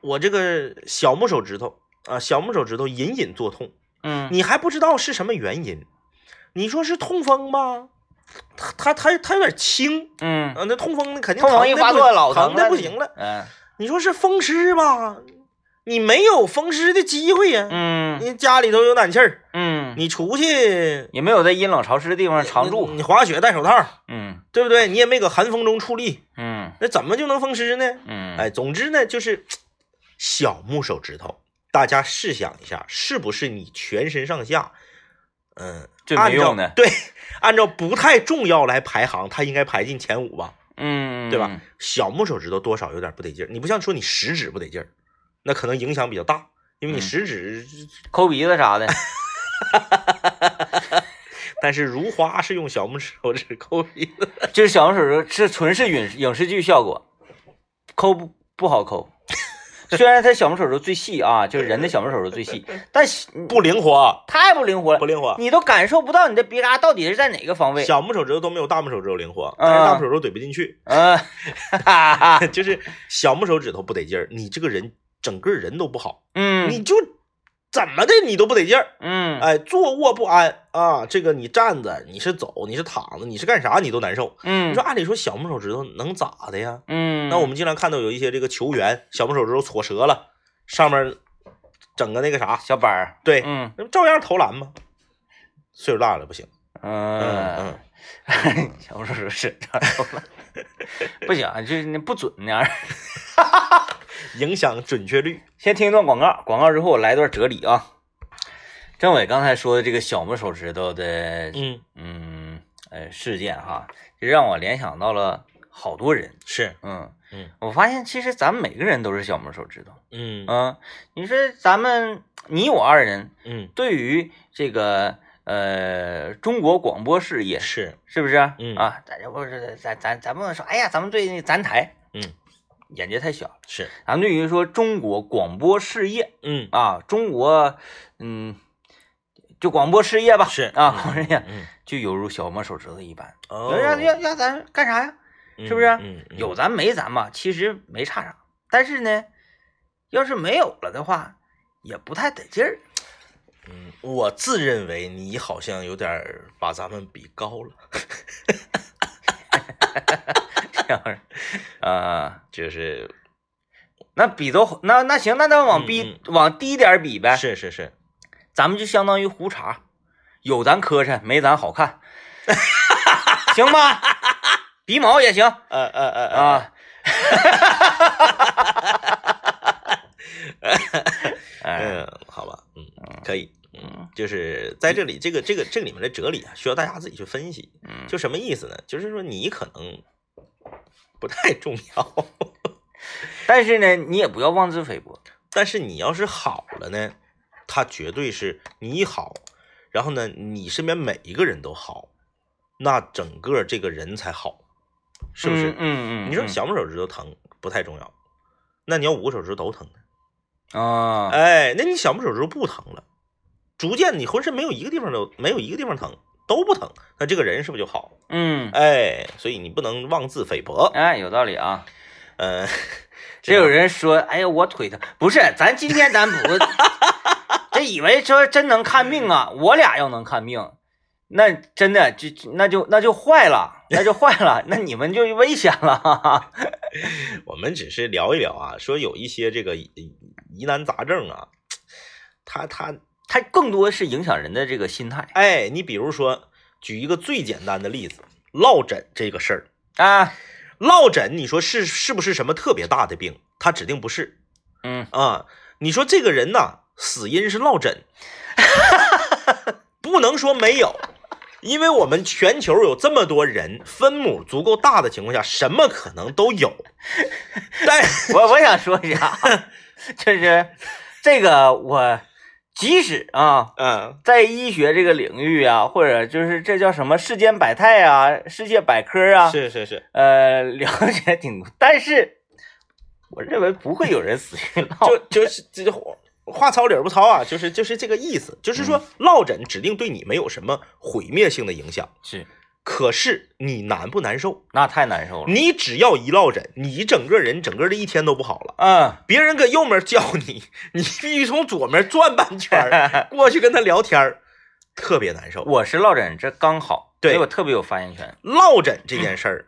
我这个小拇手指头啊，小拇手指头隐隐作痛，嗯，你还不知道是什么原因。你说是痛风吧？它它它它有点轻，嗯，啊，那痛风那肯定凤凰一疼得发不作老疼疼的了不你行了。嗯你说是风湿吧？你没有风湿的机会呀、嗯你家里头有暖气儿，嗯，你出去也没有在阴冷潮湿的地方常你住，你滑雪戴手套，嗯对不对？你也没搁寒风中出力，嗯那怎么就能风湿呢？嗯，哎，总之呢，就是小拇手指头，大家试想一下，是不是你全身上下，嗯、最按没照用的，对，按照不太重要来排行，它应该排进前五吧，嗯，对吧？？小拇手指头多少有点不得劲儿，你不像说你食指不得劲儿，那可能影响比较大，因为你嗯食指，抠鼻子啥的，但是如花是用小拇指手指抠鼻子，就是小拇手指是纯是影影视剧效果，抠不不好抠。虽然他小拇手指头最细啊，就是人的小拇手指头最细，但是不灵活，太不灵活不了，灵活。你都感受不到你的鼻嘎到底是在哪个方位。小拇手指头都没有大拇手指头灵活，但是大拇手指头怼不进去， *laughs* 嗯，哈哈，就是小拇手指头不得劲儿，你这个人整个人都不好， *laughs* 嗯你就怎么的你都不得劲儿，嗯哎，坐卧不安啊，这个你站着，你是走，你是躺着，你是干啥你都难受。你嗯说按理说小拇手指头能咋的呀？嗯，那我们经常看到有一些这个球员小拇手指头搓折了，上面整个那个啥，小板儿，对，嗯那不照样投篮吗？岁数大了不行，嗯嗯，嗯， *laughs* 小拇手指头是这样说了，不行，啊就是那不准那样。影响准确率。先听一段广告，广告之后我来一段哲理啊。政委刚才说的这个小拇手指头的，嗯，嗯，呃，事件哈，就让我联想到了好多人，是，嗯嗯，我发现其实咱们每个人都是小拇手指头，嗯嗯，你说咱们你我二人嗯，对于这个呃中国广播事业是，是不是？嗯啊，咱就不是咱咱咱不能说，哎呀，咱们对那咱台，嗯，眼界太小了，是，咱们对于说中国广播事业，嗯，啊，中国，嗯，就广播事业吧，是啊，广播事业嗯，就犹如小拇手指头一般，哦要要要咱干啥呀？是不是嗯，嗯有，咱没咱吧，其实没差啥，但是呢，要是没有了的话，也不太得劲儿。嗯我自认为你好像有点儿把咱们比高了，这样儿，啊，就是，那比都那那行，那咱往嗯比往低点儿比呗，是是是，咱们就相当于胡茬，有咱磕碜，没咱好 *laughs* 看，行吧？鼻毛也行呃呃呃呃，啊。哎，嗯，好吧，嗯，可以，嗯，就是在这里，这个这个这个里面的哲理啊，需要大家自己去分析。嗯就什么意思呢？就是说你可能不太重要， *laughs* 但是呢，你也不要妄自菲薄。但是你要是好了呢，他绝对是你一好，然后呢，你身边每一个人都好，那整个这个人才好，是不是嗯？嗯嗯，你说嗯小拇手指头疼不太重要，那你要五个手指头都疼呢？啊，哎，那你小拇手指头不疼了，逐渐你浑身没有一个地方都没有一个地方疼，都不疼，那这个人是不是就好？嗯，哎，所以你不能妄自菲薄。哎，有道理啊。嗯、这有人说，哎呀，我腿疼，不是，咱今天咱不，这以为说真能看病啊，我俩要能看病，那真的就那就那就坏了，那就坏了，那你们就危险了。 *laughs* 哈哈我们只是聊一聊啊，说有一些这个疑疑难杂症啊，他他它更多是影响人的这个心态哎，你比如说举一个最简单的例子，落枕这个事儿，啊，落枕你说是是不是什么特别大的病？他指定不是嗯，啊。你说这个人呐，死因是落枕，不能说没有。因为我们全球有这么多人，分母足够大的情况下，什么可能都有。但 *laughs* 我我想说一下，啊 *laughs* 就是这个我即使啊，嗯，在医学这个领域啊，或者就是这叫什么世间百态啊、世界百科啊，是是是，呃，了解挺多，但是我认为不会有人死 *laughs* 于闹。就就是这这话糙理儿不糙啊，就是就是这个意思，就是说落枕指定对你没有什么毁灭性的影响，是，可是你难不难受？那太难受了。你只要一落枕，你整个人整个的一天都不好了。嗯，别人搁右面叫你，你必须从左面转半圈儿 *laughs* 过去跟他聊天儿，特别难受。我是落枕，这刚好，对所以我特别有发言权。落枕这件事儿，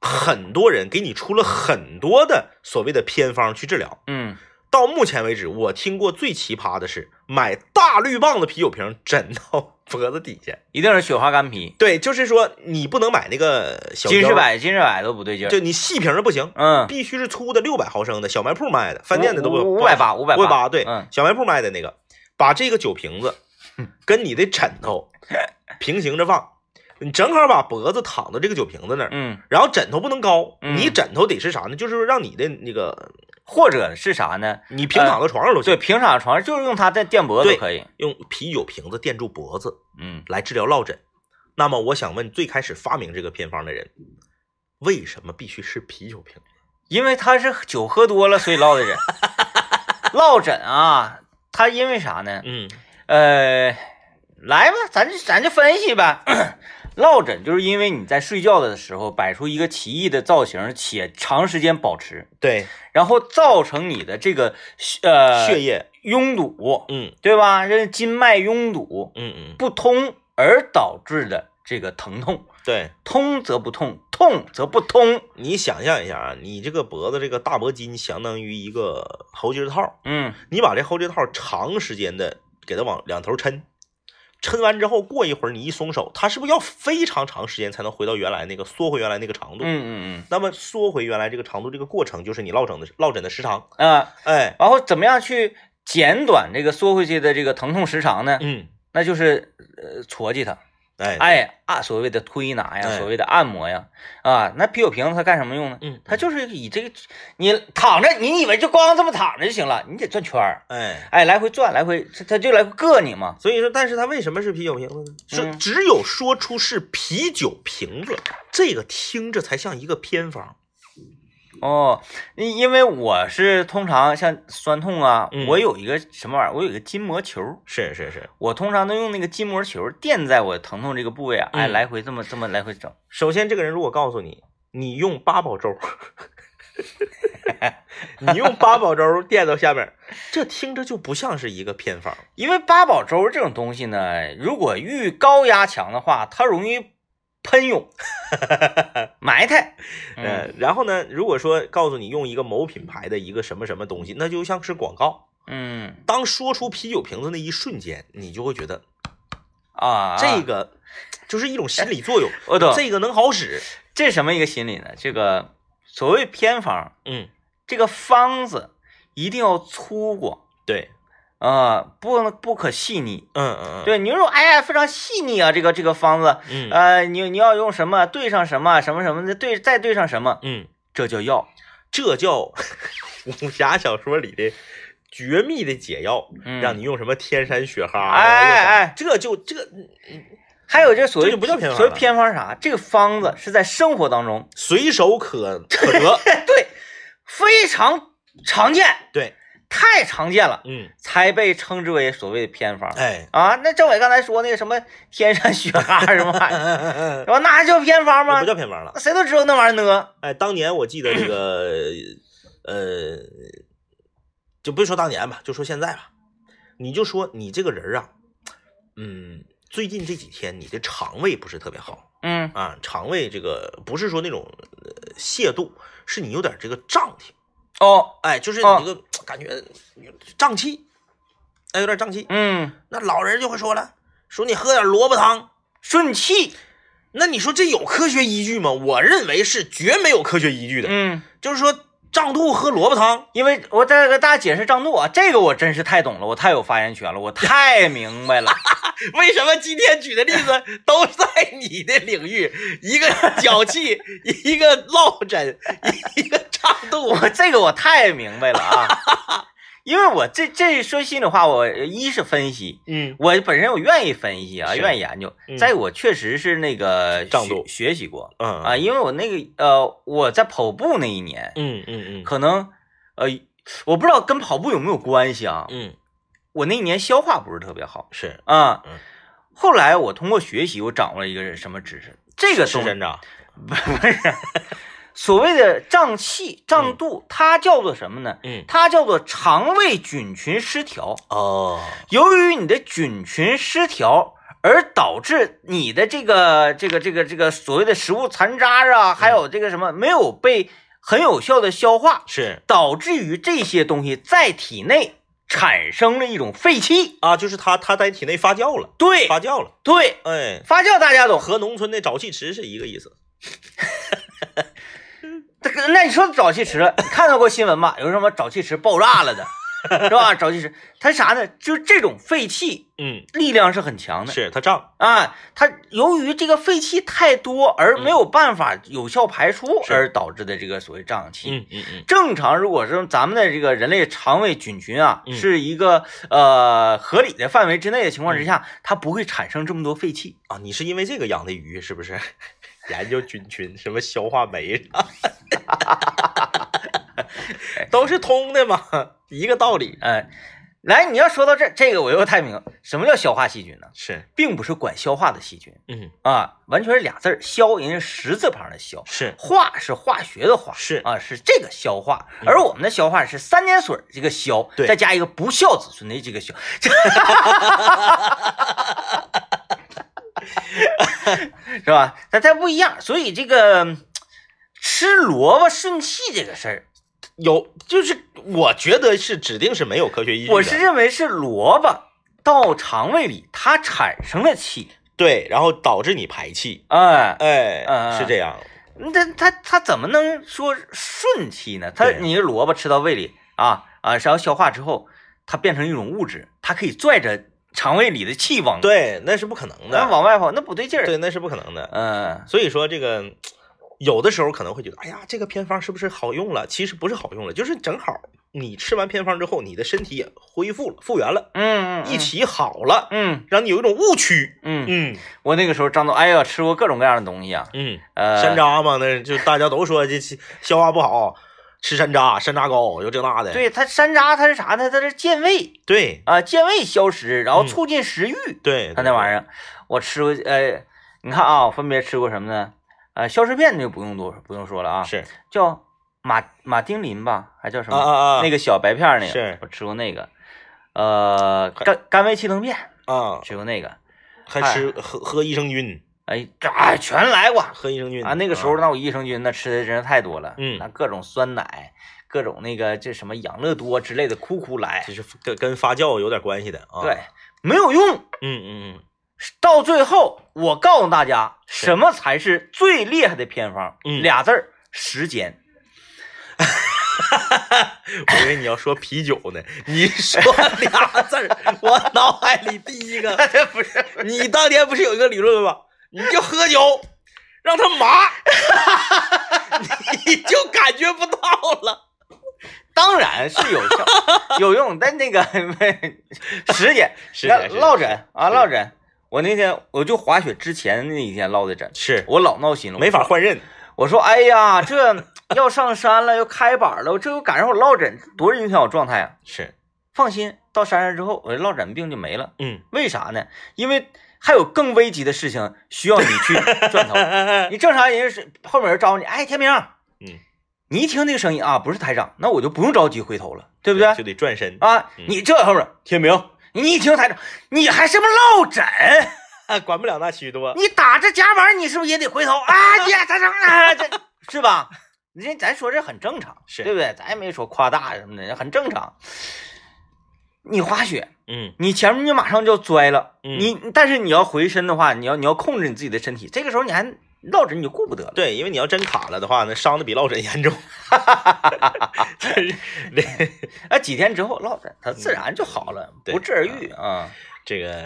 很多人给你出了很多的所谓的偏方去治疗，嗯，到目前为止，我听过最奇葩的是买大绿棒子啤酒瓶枕到脖子底下。一定是雪花干啤，对，就是说你不能买那个小金腰士，百、金士百都不对劲儿。就你细瓶的不行，嗯，必须是粗的六百毫升的，小卖铺卖的，饭店的都不五五百八，五百五百八，对嗯，小卖铺卖的那个，把这个酒 *laughs* 瓶子跟你的枕头平行着放，你正好把脖子躺到这个酒瓶子那儿，嗯，然后枕头不能高，嗯你枕头得是啥呢？就是让你的那个或者是啥呢？你平躺到床上都行呃对，，平躺床就是用它在垫脖子对都可以。用啤酒瓶子垫住脖子。嗯，来治疗落枕。那么我想问，最开始发明这个偏方的人，为什么必须是啤酒瓶？因为他是酒喝多了，所以落的枕。落枕啊，他因为啥呢？嗯呃，来吧，咱就咱就分析呗。落枕就是因为你在睡觉的时候摆出一个奇异的造型，且长时间保持，，对，然后造成你的这个呃血液，拥堵，嗯对吧？这筋脉拥堵嗯嗯，不通而导致的这个疼痛，对，通则不痛，痛则不通。你想象一下啊，你这个脖子这个大脖筋相当于一个喉结套，嗯你把这喉结套长时间的给它往两头抻，抻完之后过一会儿你一松手，它是不是要非常长时间才能回到原来那个缩回原来那个长嗯度？嗯那么缩回原来这个长度，这个过程就是你落枕的落枕的时长，嗯啊，哎，然后怎么样去减短这个缩回去的这个疼痛时长呢？嗯，那就是呃搓叽它，哎，哎啊，所谓的推拿呀，哎所谓的按摩呀，啊，那啤酒瓶子它干什么用呢？嗯，它就是以这个你躺着，你以为就光这么躺着就行了，你得转圈儿，哎，哎，来回转，来回，它它就来回硌你嘛。所以说，但是它为什么是啤酒瓶子呢？是嗯只有说出是啤酒瓶子，这个听着才像一个偏方。哦，因因为我是通常像酸痛啊，嗯我有一个什么玩意儿，我有一个筋膜球，是是是，我通常都用那个筋膜球垫在我疼痛这个部位啊，哎，嗯来回这么这么来回整，首先这个人如果告诉你，你用八宝粥， *laughs* 你用八宝粥垫到下面，这听着就不像是一个偏方。因为八宝粥这种东西呢，如果遇高压强的话，它容易喷涌、 *laughs* 埋汰。嗯呃，然后呢，如果说告诉你用一个某品牌的一个什么什么东西，那就像是广告。嗯当说出啤酒瓶子那一瞬间，你就会觉得啊，这个就是一种心理作用， *laughs* 我懂，这这个能好使。这什么一个心理呢？这个所谓偏方，嗯，这个方子一定要粗犷对，啊、不能不可细腻。嗯嗯嗯，对，你说哎呀，非常细腻啊，这个这个方子，嗯呃，你你要用什么对上什么什么什么的对，再对上什么，嗯，这叫药。这叫 *laughs* 武侠小说里的绝密的解药，嗯，让你用什么天山雪哈啊，哎用什么哎这就这个还有这所谓这就不叫偏方了嗯所谓偏方是啥？这个方子是在生活当中哎随手可可得， *laughs* 对非常常见，对，太常见了，嗯，才被称之为所谓的偏方。哎，啊，那政委刚才说那个什么天山雪蛤什么 *laughs* 玩意儿，这是吧？那还叫偏方吗不？叫偏方了。谁都知道那玩意儿呢。哎，当年我记得这个呃，就别说当年吧，就说现在吧，你就说你这个人啊，嗯，最近这几天你的肠胃不是特别好嗯啊，肠胃这个不是说那种呃泻肚，是你有点这个胀挺，哦哎，就是你哦这个感觉胀气，哎，有点胀气。嗯，那老人就会说了，说你喝点萝卜汤，顺气那你说这有科学依据吗？我认为是绝没有科学依据的。嗯。就是说胀肚喝萝卜汤，因为我再给大家解释胀肚啊，这个我真是太懂了，我太有发言权了，我太明白了。为什么今天举的例子都在你的领域？一个脚气，一个落枕，一个胀肚。我这个我太明白了啊，因为我这这说心里话，我一是分析，嗯我本身我愿意分析啊，是愿意研究嗯。再一个我确实是那个胀学肚学习过嗯啊，因为我那个呃我在跑步那一年，嗯嗯嗯可能呃我不知道跟跑步有没有关系啊，嗯，我那一年消化不是特别好是啊嗯。后来我通过学习，我掌握了一个什么知识？这个是东真的啊，所谓的胀气、胀肚，它叫做什么呢？嗯它叫做肠胃菌群失调。哦，由于你的菌群失调，而导致你的这个、这个、这个、这个所谓的食物残渣嗯啊，还有这个什么没有被很有效的消化，是导致于这些东西在体内产生了一种废气。啊，就是它它在体内发酵了，对发酵了，对，哎，发酵大家懂。和农村的沼气池是一个意思。 *laughs* 这个，那你说沼气池，你看到过新闻吗？有什么沼气池爆炸了的，是吧？沼气池，它啥呢？就是这种废气嗯，力量是很强的是它胀，啊。它由于这个废气太多而没有办法有效排出，嗯是而导致的这个所谓胀气。嗯嗯嗯，正常，如果是咱们的这个人类肠胃菌群啊，嗯是一个呃合理的范围之内的情况之下，它不会产生这么多废气。啊，你是因为这个养的鱼是不 *laughs* 是？研究菌群，什么消化酶啥的， *laughs* 都是通的嘛，一个道理。哎、来，你要说到这，这个我又太明白，什么叫消化细菌呢？是，并不是管消化的细菌嗯，啊，完全是俩字儿，消，人家十字旁的消，是化是化学的化，是嗯啊，是这个消化，而我们的消化是三点水儿这个消，对再加一个不孝子孙的这个孝， *laughs* 是吧？它它不一样，所以这个嗯吃萝卜顺气这个事儿，有，就是我觉得是指定是没有科学依据的。我是认为是萝卜到肠胃里它产生了气，对，然后导致你排气，哎、哎，嗯是这样。那他他怎么能说顺气呢？他对你这萝卜吃到胃里啊啊，然后消化之后，它变成一种物质，它可以拽着肠胃里的气往对，那是不可能那的。往外跑，那不对劲儿。对，那是不可能的。嗯所以说这个。有的时候可能会觉得，哎呀，这个偏方是不是好用了？其实不是好用了，就是正好你吃完偏方之后，你的身体也恢复了、复原了，嗯，一起好了，嗯让你有一种误区。嗯，嗯我那个时候张总，哎呀，吃过各种各样的东西啊，嗯，呃，山楂嘛，那就大家都说这这消化不好，吃山楂，山楂糕又这那的。对它山楂它是啥呢？它是健胃对啊，健胃消食，然后嗯促进食欲。对，它那玩意意儿，我吃过，呃，你看啊，我分别吃过什么呢？呃，消食片就不用多不用说了啊，是叫马马丁林吧，还叫什么？啊啊啊那个小白片儿那个，是我吃过那个。呃，甘甘味气腾片啊，吃过那个，还吃喝喝益生菌，哎，这哎全来过喝益生菌啊！那个时候，那我益生菌那吃的真是太多了，嗯那各种酸奶，各种那个这什么养乐多之类的，哭哭来就，是跟跟发酵有点关系的啊。对，，没有用。嗯嗯嗯到最后，我告诉大家，什么才是最厉害的偏方？嗯俩字儿：时 *laughs* 间。我以为你要说啤酒呢，你说俩字儿，我脑海里第一个，不是，你当年不是有一个理论吗？你就喝酒，让他麻， *laughs* 你就感觉不到了。当然是有 *laughs* 效有用，但那个 *laughs* 时间时那间是落枕啊是落枕，我那天我就滑雪之前那一天落的枕，是我老闹心了，没法换刃，我说哎呀，这要上山了，要开板了，我这又赶上我落枕，多影响我状态啊！是，放心，到山上之后，我这落枕病就没了，嗯，为啥呢？因为还有更危急的事情需要你去转 *laughs* 头。你正常人是后面有人招你，哎，天明，嗯，你一听这个声音啊，不是台长，那我就不用着急回头了，对对不对？就得转身，啊嗯，你这后面天明，你一听台长，你还什么落枕？ *laughs* 管不了那许多。你打着夹板，你是不是也得回头啊？姐，咱这啊，这是吧？你这咱说这很正常，是对不对？咱也没说夸大什么的，很正常。你滑雪，嗯你前面就马上就要摔了，嗯你但是你要回身的话，你要你要控制你自己的身体，这个时候你还落枕你就顾不得了。对，因为你要真卡了的话，那伤的比落枕严重。真是这啊，几天之后落枕，它自然就好了，嗯对不治而愈啊。这个，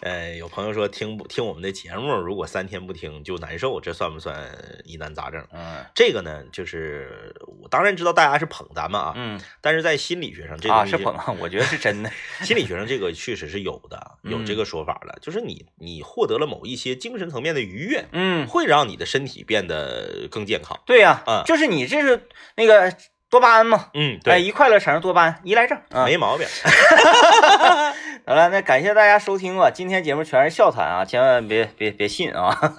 呃，有朋友说听不听我们的节目，如果三天不听就难受，这算不算疑难杂症？嗯这个呢，就是我当然知道大家是捧咱们啊，嗯但是在心理学上这啊东西是捧，啊，我觉得是真 *laughs* 的。心理学上这个确实是有 *laughs* 的，有嗯这个说法了，就是你你获得了某一些精神层面的愉悦，嗯，会让你的身体变得更健康。对呀、嗯就是你这是那个多巴胺嘛，嗯，哎，对，一快乐产生多巴胺，依赖症啊。没毛病。好了，那感谢大家收听吧，今天节目全是笑谈啊，千万别别别信啊。